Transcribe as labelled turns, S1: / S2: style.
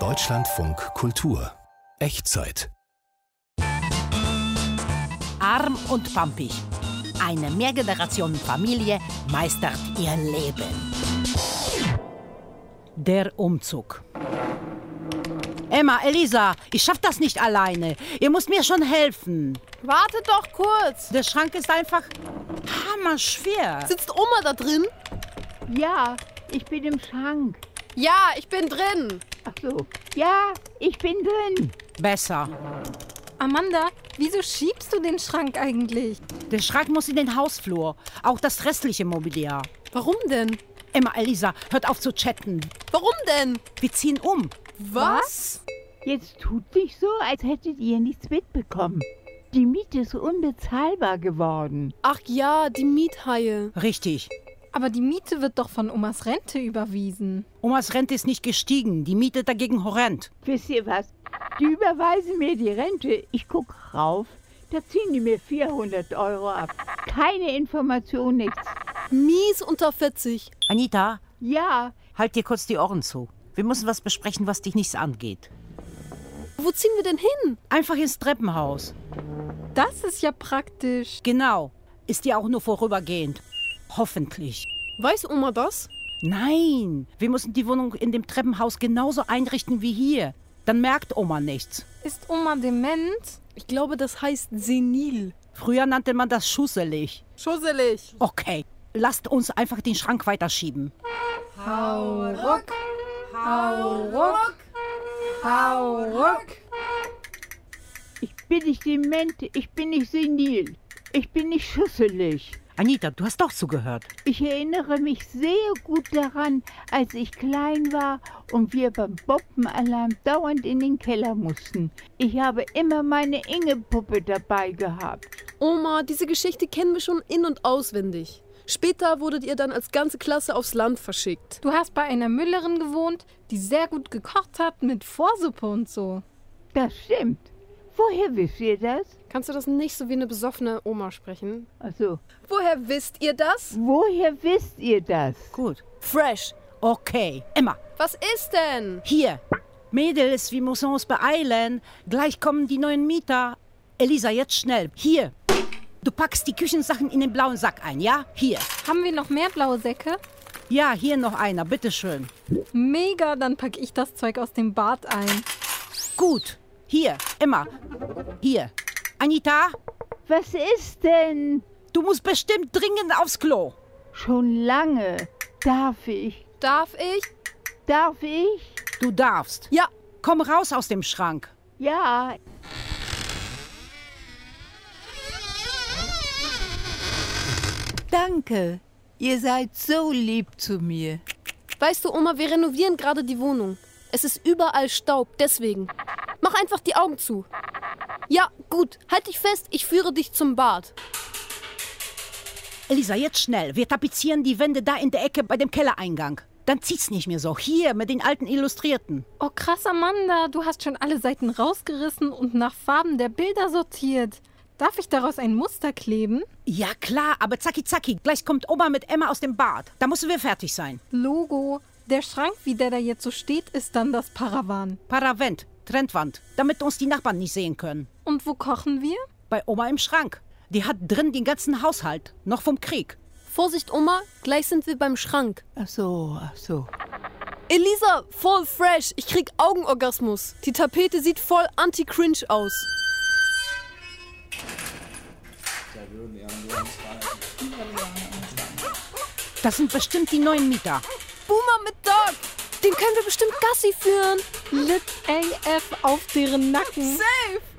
S1: Deutschlandfunk Kultur. Echtzeit.
S2: Arm und pampig. Eine Mehrgenerationenfamilie meistert ihr Leben. Der Umzug. Emma, Elisa, ich schaff das nicht alleine. Ihr müsst mir schon helfen.
S3: Wartet doch kurz.
S2: Der Schrank ist einfach hammerschwer.
S3: Sitzt Oma da drin?
S4: Ja, ich bin im Schrank.
S3: Ja, ich bin drin.
S4: Ach so. Ja, ich bin drin.
S2: Besser.
S5: Amanda, wieso schiebst du den Schrank eigentlich?
S2: Der Schrank muss in den Hausflur. Auch das restliche Mobiliar.
S3: Warum denn?
S2: Emma, Elisa, hört auf zu chatten.
S3: Warum denn?
S2: Wir ziehen um.
S3: Was?
S4: Jetzt tut nicht so, als hättet ihr nichts mitbekommen. Die Miete ist unbezahlbar geworden.
S3: Ach ja, die Miethaie.
S2: Richtig.
S5: Aber die Miete wird doch von Omas Rente überwiesen.
S2: Omas Rente ist nicht gestiegen, die Miete dagegen horrend.
S4: Wisst ihr was? Die überweisen mir die Rente. Ich guck rauf. Da ziehen die mir 400 Euro ab. Keine Information, nichts.
S3: Mies unter 40.
S2: Anita,
S4: Ja,
S2: halt dir kurz die Ohren zu. Wir müssen was besprechen, was dich nichts angeht.
S3: Wo ziehen wir denn hin?
S2: Einfach ins Treppenhaus.
S5: Das ist ja praktisch.
S2: Genau. Ist ja auch nur vorübergehend. Hoffentlich.
S3: Weiß Oma das?
S2: Nein, wir müssen die Wohnung in dem Treppenhaus genauso einrichten wie hier. Dann merkt Oma nichts.
S5: Ist Oma dement?
S3: Ich glaube, das heißt senil.
S2: Früher nannte man das schusselig.
S3: Schusselig.
S2: Okay, lasst uns einfach den Schrank weiterschieben.
S4: ich bin nicht dement, ich bin nicht senil. Ich bin nicht schusselig.
S2: Anita, du hast doch zugehört.
S4: Ich erinnere mich sehr gut daran, als ich klein war und wir beim Bombenalarm dauernd in den Keller mussten. Ich habe immer meine Inge-Puppe dabei gehabt.
S3: Oma, diese Geschichte kennen wir schon in- und auswendig. Später wurdet ihr dann als ganze Klasse aufs Land verschickt.
S5: Du hast bei einer Müllerin gewohnt, die sehr gut gekocht hat mit Vorsuppe und so.
S4: Das stimmt. Woher wisst ihr das?
S3: Kannst du das nicht so wie eine besoffene Oma sprechen?
S4: Also,
S3: Woher wisst ihr das?
S4: woher wisst ihr das?
S2: Gut.
S3: Fresh.
S2: Okay, Emma,
S3: Was ist denn?
S2: hier. Mädels, wir müssen uns beeilen. Gleich kommen die neuen Mieter. Elisa, jetzt schnell. Hier. Du packst die Küchensachen in den blauen Sack ein, ja? Hier.
S5: Haben wir noch mehr blaue Säcke?
S2: Ja, hier noch einer, bitteschön.
S5: Mega, dann packe ich das Zeug aus dem Bad ein.
S2: Gut. Hier, Emma. Hier. Anita,
S4: Was ist denn?
S2: du musst bestimmt dringend aufs Klo.
S4: Schon lange. Darf ich?
S3: Darf ich?
S4: Darf ich?
S2: Du darfst.
S3: Ja.
S2: Komm raus aus dem Schrank.
S4: Ja,
S6: Danke. Ihr seid so lieb zu mir.
S3: Weißt du, Oma, wir renovieren gerade die Wohnung. Es ist überall Staub, deswegen. Mach einfach die Augen zu. Ja, gut. Halt dich fest, ich führe dich zum Bad.
S2: Elisa, jetzt schnell. Wir tapezieren die Wände da in der Ecke bei dem Kellereingang. Dann zieht's nicht mehr so. Hier mit den alten Illustrierten.
S5: Oh krass, Amanda, du hast schon alle Seiten rausgerissen und nach Farben der Bilder sortiert. Darf ich daraus ein Muster kleben?
S2: Ja klar, aber zacki zacki. Gleich kommt Oma mit Emma aus dem Bad. Da müssen wir fertig sein.
S5: Logo. Der Schrank, wie der da jetzt so steht, ist dann das Paravan.
S2: Paravent, Trendwand, damit uns die Nachbarn nicht sehen können.
S5: Und wo kochen wir?
S2: Bei Oma im Schrank. Die hat drin den ganzen Haushalt. Noch vom Krieg.
S3: Vorsicht, Oma, gleich sind wir beim Schrank.
S6: Ach so, ach so.
S3: Elisa, voll fresh. Ich krieg Augenorgasmus. Die Tapete sieht voll anti-cringe aus.
S2: Das sind bestimmt die neuen Mieter.
S3: Boomer mit Dog. Den können wir bestimmt Gassi führen.
S5: Lit AF auf deren Nacken.
S3: Safe.